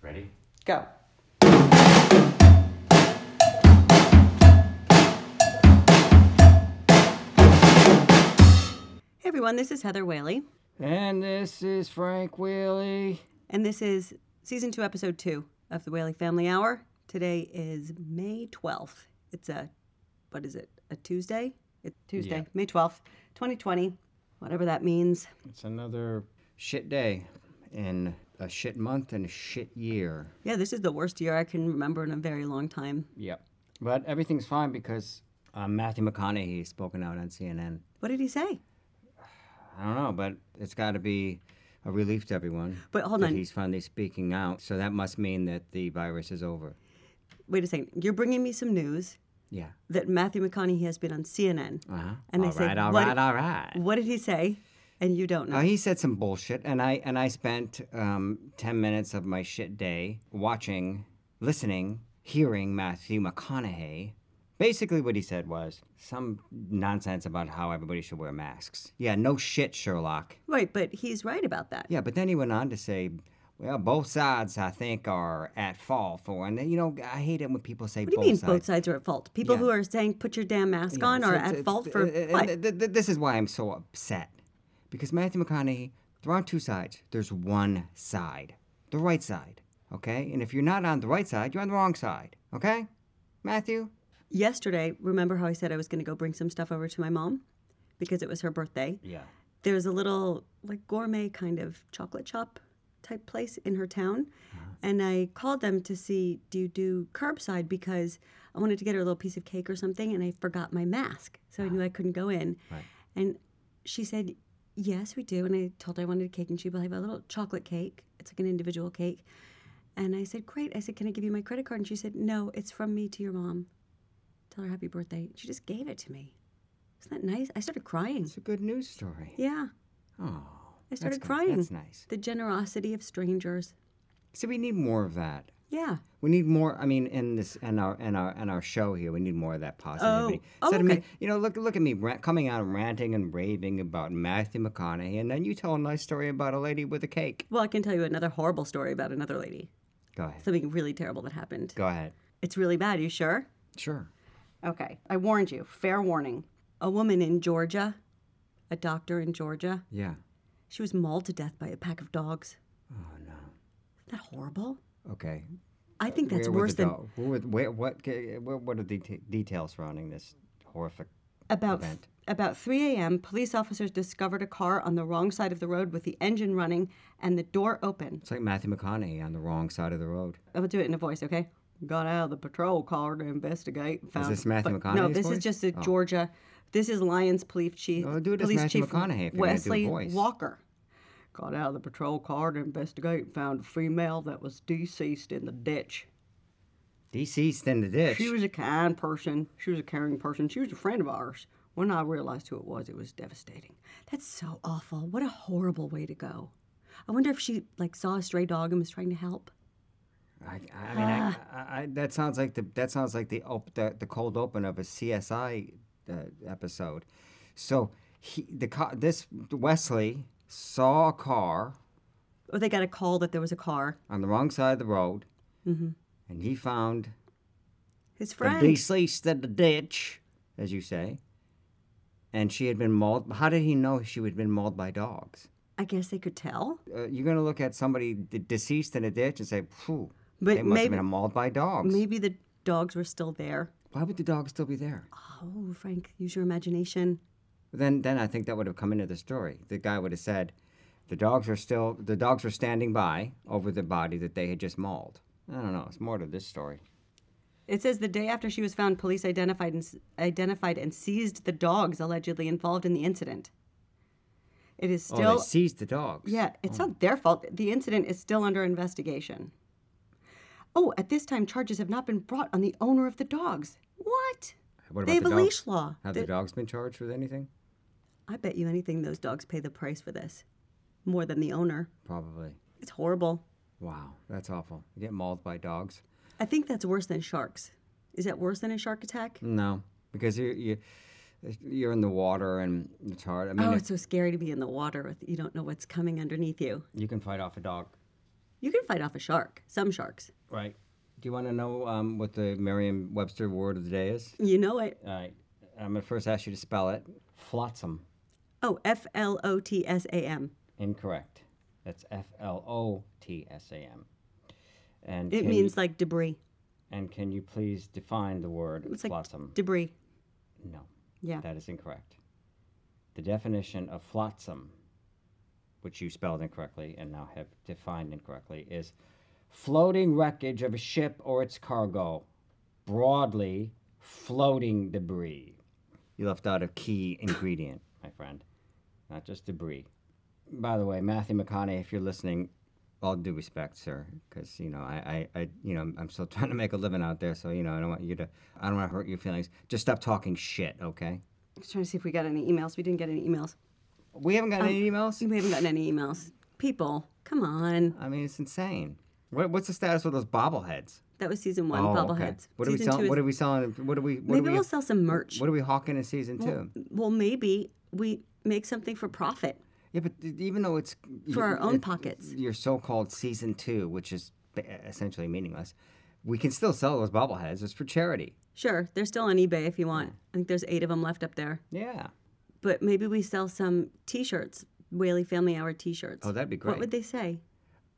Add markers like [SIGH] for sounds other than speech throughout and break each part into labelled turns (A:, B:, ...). A: Ready?
B: Go. Hey everyone, this is Heather Whaley,
C: And this is Frank Wheelie.
B: and this is season two, episode two of the Whaley Family Hour. Today is May 12th. It's a, what is it, a Tuesday? It's Tuesday,
C: Yeah.
B: May 12th, 2020, whatever that means.
C: It's another shit day and a shit month and a shit year.
B: Yeah, this is the worst year I can remember in a very long time.
C: Yep. But everything's fine because uh, Matthew McConaughey's spoken out on CNN.
B: What did he say?
C: I don't know, but it's got to be a relief to everyone.
B: But hold
C: that
B: on.
C: He's finally speaking out. So that must mean that the virus is over.
B: Wait a second. You're bringing me some news
C: Yeah.
B: that Matthew McConaughey has been on CNN.
C: Uh huh.
B: And they
C: all
B: say,
C: right, all
B: what-
C: right, all right.
B: What did he say? And you don't know.
C: Uh, he said some bullshit, and I and I spent um, ten minutes of my shit day watching, listening, hearing Matthew McConaughey. Basically, what he said was some nonsense about how everybody should wear masks. Yeah, no shit, Sherlock.
B: Right, but he's right about that.
C: Yeah, but then he went on to say, well, both sides I think are at fault for, and then, you know I hate it when people say
B: What do you
C: both
B: mean
C: sides.
B: both sides are at fault? People
C: Yeah.
B: who are saying put your damn mask
C: Yeah,
B: on
C: so
B: are
C: it's-
B: at
C: it's-
B: fault for
C: uh, uh,
B: what?
C: th- th- th- this is why I'm so upset. Because Matthew McConaughey, they're on two sides. There's one side, the right side, okay? And if you're not on the right side, you're on the wrong side, okay? Matthew?
B: Yesterday, remember how I said I was going to go bring some stuff over to my mom because it was her birthday?
C: Yeah.
B: There was a little like gourmet kind of chocolate shop type place in her town. And I called them to see, do you do curbside? Because I wanted to get her a little piece of cake or something and I forgot my mask. So I knew I couldn't go in.
C: Right.
B: And she said, Yes, we do. And I told her I wanted a cake, and she bought a little chocolate cake. It's like an individual cake. And I said, Great. I said, Can I give you my credit card? And she said, No, it's from me to your mom. Tell her happy birthday. She just gave it to me. Isn't that nice? I started crying.
C: It's a good news story.
B: Yeah,
C: Oh.
B: I started
C: that's,
B: crying.
C: That's nice.
B: the generosity of strangers.
C: So we need more of that.
B: Yeah.
C: We need more. I mean, in this, in our, in our, in our show here, we need more of that positivity.
B: Oh,
C: Instead of me-
B: okay.
C: you know, look, look at me rant, coming out and ranting and raving about Matthew McConaughey, and then you tell a nice story about a lady with a cake.
B: Well, I can tell you another horrible story about another lady.
C: Go ahead.
B: Something really terrible that happened.
C: Go ahead.
B: It's really bad. You sure?
C: Sure.
B: Okay. I warned you. Fair warning. A woman in Georgia, a doctor in Georgia,
C: Yeah.
B: She was mauled to death by a pack of dogs.
C: Oh no.
B: Isn't that horrible?
C: Okay.
B: I think that's
C: were
B: worse
C: the
B: than
C: dog- Who were, where, what? ca- What, what are the deta- details surrounding this horrific?
B: about
C: event?
B: about 3 a.m. Police officers discovered a car on the wrong side of the road with the engine running and the door open.
C: It's like Matthew McConaughey on the wrong side of the road.
B: I will do it in a voice, okay? Got out of the patrol car to investigate. and Found
C: this Matthew
B: but- No,
C: McConaughey's
B: this
C: voice?
B: is just a Georgia. This is Lions Police Chief.
C: Oh, do it as
B: Police
C: Matthew
B: Chief
C: McConaughey if you're gonna do
B: Wesley
C: voice.
B: Walker. Got out of the patrol car to investigate and found a female that was deceased in the ditch.
C: Deceased in the ditch.
B: She was a kind person. She was a caring person. She was a friend of ours. When I realized who it was, it was devastating. That's so awful. What a horrible way to go. I wonder if she like saw a stray dog and was trying to help.
C: I, I mean,
B: Ah.
C: I, I, I, that sounds like the that sounds like the op, the, the cold open of a CSI uh, episode. So he the car this Wesley saw a car
B: Or they got a call that there was a car.
C: on the wrong side of the road,
B: Mm-hmm.
C: and he found
B: His
C: the
B: friend.
C: deceased in the ditch, as you say. And she had been mauled. How did he know she had been mauled by dogs?
B: I guess they could tell.
C: Uh, you're going to look at somebody d- deceased in a ditch and say, phew,
B: But
C: they must have
B: maybe-
C: been mauled by dogs.
B: Maybe the dogs were still there.
C: Why would the dogs still be there?
B: Oh, Frank, use your imagination.
C: Then, then I think that would have come into the story. The guy would have said, the dogs are still, the dogs are standing by over the body that they had just mauled. I don't know. It's more to this story.
B: It says the day after she was found, police identified and, identified and seized the dogs allegedly involved in the incident. It is still
C: oh, they oh. seized the dogs.
B: Yeah, it's not their fault. The incident is still under investigation. Oh, at this time, charges have not been brought on the owner of the dogs. What?
C: What about
B: They have
C: the
B: a
C: dogs?
B: leash law.
C: Have
B: They-
C: the dogs been charged with anything?
B: I bet you anything those dogs pay the price for this more than the owner.
C: Probably.
B: It's horrible.
C: Wow, that's awful. You get mauled by dogs?
B: I think that's worse than sharks. Is that worse than a shark attack?
C: No, because you you you're in the water and it's hard. I mean,
B: oh,
C: if
B: it's so scary to be in the water with you don't know what's coming underneath you.
C: you can fight off a dog.
B: You can fight off a shark, some sharks.
C: Right. Do you want to know um, what the Merriam Webster word of the day is?
B: You know it.
C: All right. I'm going to first ask you to spell it flotsam.
B: Oh, F L O T S A M.
C: Incorrect. That's F L O T S A M. And
B: It
C: can
B: means like debris.
C: and can you please define the word
B: It's like
C: flotsam?
B: Debris.
C: no,
B: Yeah.
C: that is incorrect. The definition of flotsam, which you spelled incorrectly and now have defined incorrectly, is floating wreckage of a ship or its cargo, broadly floating debris. You left out a key ingredient, my friend, not just debris. By the way, Matthew McConaughey, if you're listening, all due respect, sir, because you know I, I, I, you know, I'm still [LAUGHS] trying to make a living out there, so you know I don't want you to, I don't want to hurt your feelings. Just stop talking shit, okay?
B: I was trying to see if we got any emails. We didn't get any emails.
C: We haven't gotten
B: Um,
C: any emails.
B: We haven't gotten any emails. People, come on.
C: I mean, it's insane. What, what's the status with those bobbleheads? Oh,
B: That was season one, bobbleheads.
C: What are we
B: Season two
C: selling?
B: is-
C: What are we selling? What are we? What
B: Maybe
C: are we?
B: we'll sell some merch.
C: What are we hawking in season two?
B: Well, maybe we make something for profit.
C: Yeah, but th- even though it's
B: For our own
C: it-
B: pockets.
C: your so-called season two, which is ba- essentially meaningless, we can still sell those bobbleheads. It's for charity.
B: Sure, they're still on eBay if you want. I think there's eight of them left up there.
C: Yeah.
B: But maybe we sell some T-shirts, Whaley Family Hour T-shirts.
C: Oh, that'd be
B: What
C: great.
B: would they say?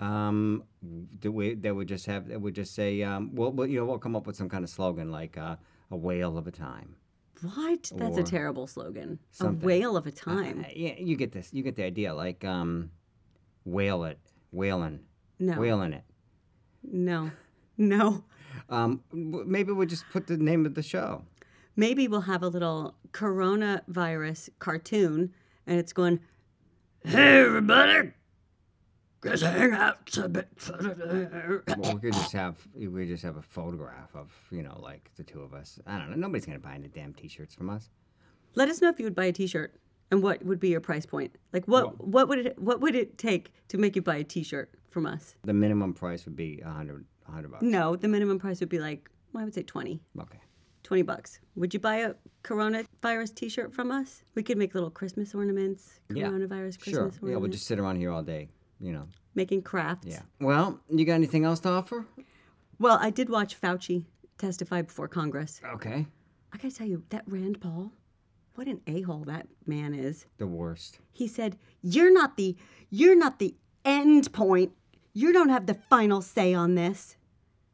C: Um, that we that would just have that would just say um, well, well, you know, we'll come up with some kind of slogan like uh, a whale of a time.
B: What? That's
C: Or
B: a terrible slogan.
C: something.
B: A whale of a time.
C: Uh, yeah, you get this. You get the idea. Like um, whale it, whaling,
B: no,
C: whaling it.
B: no, no.
C: Um, w- maybe we'll just put the name of the show.
B: Maybe we'll have a little coronavirus cartoon, and it's going. Hey everybody, let's hang out a bit.
C: Well, we could just have we could just have a photograph of you know like the two of us. I don't know. Nobody's gonna buy any damn t-shirts from us.
B: Let us know if you would buy a T-shirt and what would be your price point. Like what what would it what would it take to make you buy a T-shirt from us?
C: The minimum price would be a hundred a hundred bucks.
B: No, the minimum price would be like well, I would say 20.
C: Okay.
B: 20 bucks. Would you buy a coronavirus T-shirt from us? We could make little Christmas ornaments.
C: Yeah.
B: Coronavirus Christmas
C: Sure.
B: ornaments.
C: Yeah, we'll just sit around here all day. You know.
B: making crafts.
C: Yeah. Well, you got anything else to offer?
B: Well, I did watch Fauci testify before Congress.
C: Okay.
B: I gotta tell you that Rand Paul, what an a-hole that man is.
C: The worst.
B: he said you're not the you're not the end point you don't have the final say on this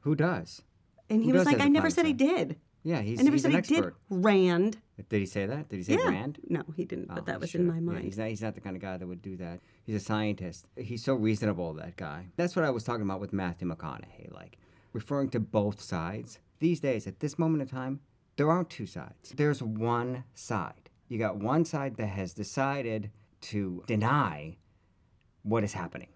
C: Who does?
B: and he
C: Who
B: was
C: does
B: like
C: have
B: i
C: the
B: never
C: final
B: said i
C: say?"
B: did
C: Yeah, he's,
B: i never
C: he's
B: said
C: an
B: i
C: expert.
B: did rand
C: Did. he say that? Did he say Rand?
B: no he didn't but
C: Oh,
B: that was
C: shit.
B: in my
C: Yeah,
B: mind
C: he's not. He's not the kind of guy that would do that. He's a scientist. He's so reasonable. That guy. That's what I was talking about with Matthew McConaughey. Like referring to both sides. These days, at this moment in time, there aren't two sides. There's one side. You got one side that has decided to deny what is happening.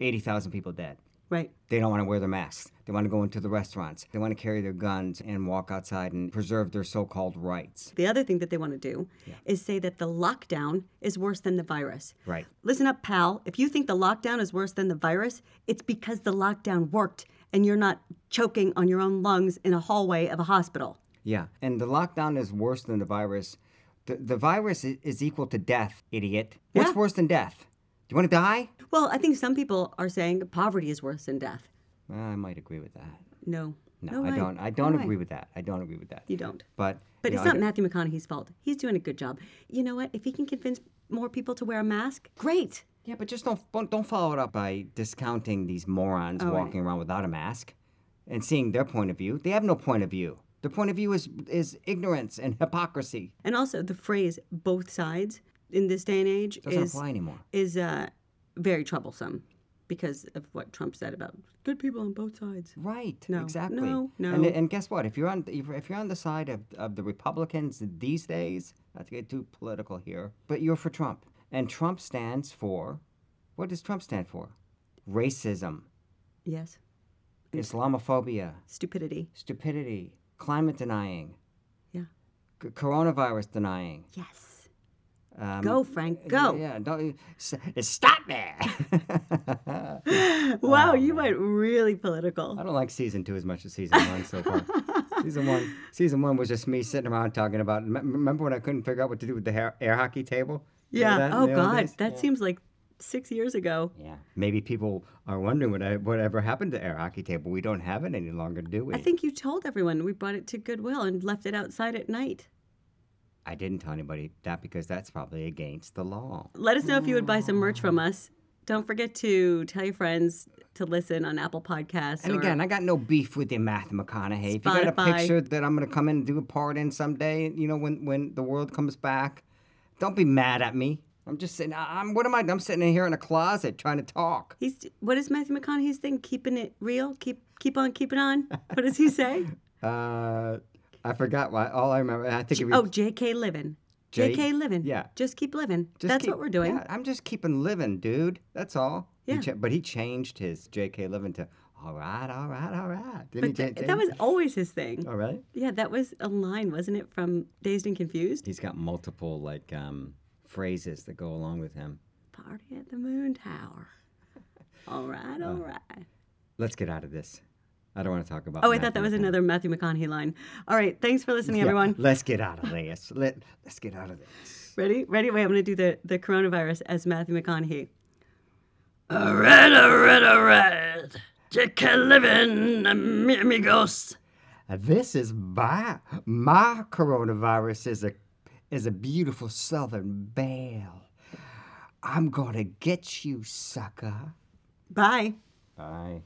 C: Eighty thousand people dead.
B: right
C: They don't want to wear their masks. They want to go into the restaurants. They want to carry their guns and walk outside and preserve their so-called rights.
B: the other thing that they want to do is say that the lockdown is worse than the virus
C: Right.
B: listen up pal if you think the lockdown is worse than the virus it's because the lockdown worked and you're not choking on your own lungs in a hallway of a hospital
C: Yeah, and the lockdown is worse than the virus. The, the virus is, is equal to death, idiot. What's
B: Yeah.
C: worse than death? Do you want to die?
B: well i think some people are saying poverty is worse than death
C: Well, I might agree with that.
B: No.
C: No, I
B: way.
C: don't. I don't
B: No way.
C: agree with that. I don't agree with that.
B: You don't.
C: But
B: But
C: you
B: it's
C: know, I
B: not
C: get-
B: Matthew McConaughey's fault. He's doing a good job. You know what? If he can convince more people to wear a mask, great.
C: Yeah, but just don't don't- don't follow it up by discounting these morons
B: Oh, right.
C: walking around without a mask and seeing their point of view. They have no point of view. Their point of view is is ignorance and hypocrisy.
B: And also the phrase both sides in this day and age
C: Doesn't
B: is
C: apply anymore.
B: is uh, very troublesome because of what Trump said about good people on both sides.
C: Right.
B: No,
C: Exactly.
B: no,
C: And,
B: no.
C: and guess what? If you're on if if you're on the side of, of the Republicans these days, not to get too political here, but you're for Trump, and Trump stands for, what does Trump stand for? Racism,
B: Yes.
C: Islamophobia,
B: Stupidity.
C: stupidity, climate denying,
B: Yeah.
C: c- coronavirus denying.
B: Yes.
C: Um,
B: Go, Frank. Go.
C: Yeah. Don't s- stop [LAUGHS] there.
B: [LAUGHS] Wow, you went really political.
C: Oh, I don't like season two as much as season one so
B: [LAUGHS]
C: far. season one, season one was just me sitting around talking about. m- Remember when I couldn't figure out what to do with the hair, air hockey table? Remember
B: Yeah.
C: that in
B: Oh
C: the old
B: God,
C: days?
B: that seems like six years ago.
C: Yeah. Maybe people are wondering what I, whatever happened to our hockey table. We don't have it any longer, do we?
B: I think you told everyone we brought it to Goodwill and left it outside at night.
C: I didn't tell anybody that because that's probably against the law.
B: Let us know if you would buy some merch from us. Don't forget to tell your friends to listen on Apple Podcasts.
C: And
B: or-
C: again, I got no beef with your Matthew McConaughey. If you got a
B: Spotify.
C: picture that I'm going to come in and do a part in someday, you know, when, when the world comes back, don't be mad at me. I'm just sitting, I- I'm, what am I, I'm sitting in here in a closet trying to talk.
B: he's what is Matthew McConaughey's thing? Keeping it real, keep keep on keeping on. What
C: [LAUGHS]
B: does he say?
C: Uh, I forgot why, all I remember, I think it was,
B: oh, J.K. Living.
C: J-
B: J.K. Living.
C: yeah.
B: Just keep living.
C: just
B: That's
C: keep-
B: what we're doing.
C: yeah, I'm just keeping living, dude. That's all. He
B: Yeah.
C: cha- but he changed his J.K. Living to, all right, all right, all right. Didn't
B: But
C: he Oh,
B: th-
C: cha-
B: that was always his thing.
C: all right.
B: Yeah, that was a line, wasn't it, from Dazed and Confused?
C: He's got multiple like um, phrases that go along with him.
B: Party at the Moon Tower. All right,
C: Oh.
B: all right.
C: Let's get out of this. I don't want to talk about.
B: Oh, I
C: Matthew
B: thought that was
C: McConaughey.
B: another Matthew McConaughey line. All right, thanks for listening,
C: Yeah,
B: everyone.
C: let's get out of this. Let Let's get out of this.
B: Ready? Ready? Wait, I'm going to do the, the coronavirus as Matthew McConaughey. All right, all right, all right. Just living, amigos.
C: Uh, This is my my coronavirus is a is a beautiful southern belle. I'm gonna get you, sucker.
B: Bye.
C: Bye.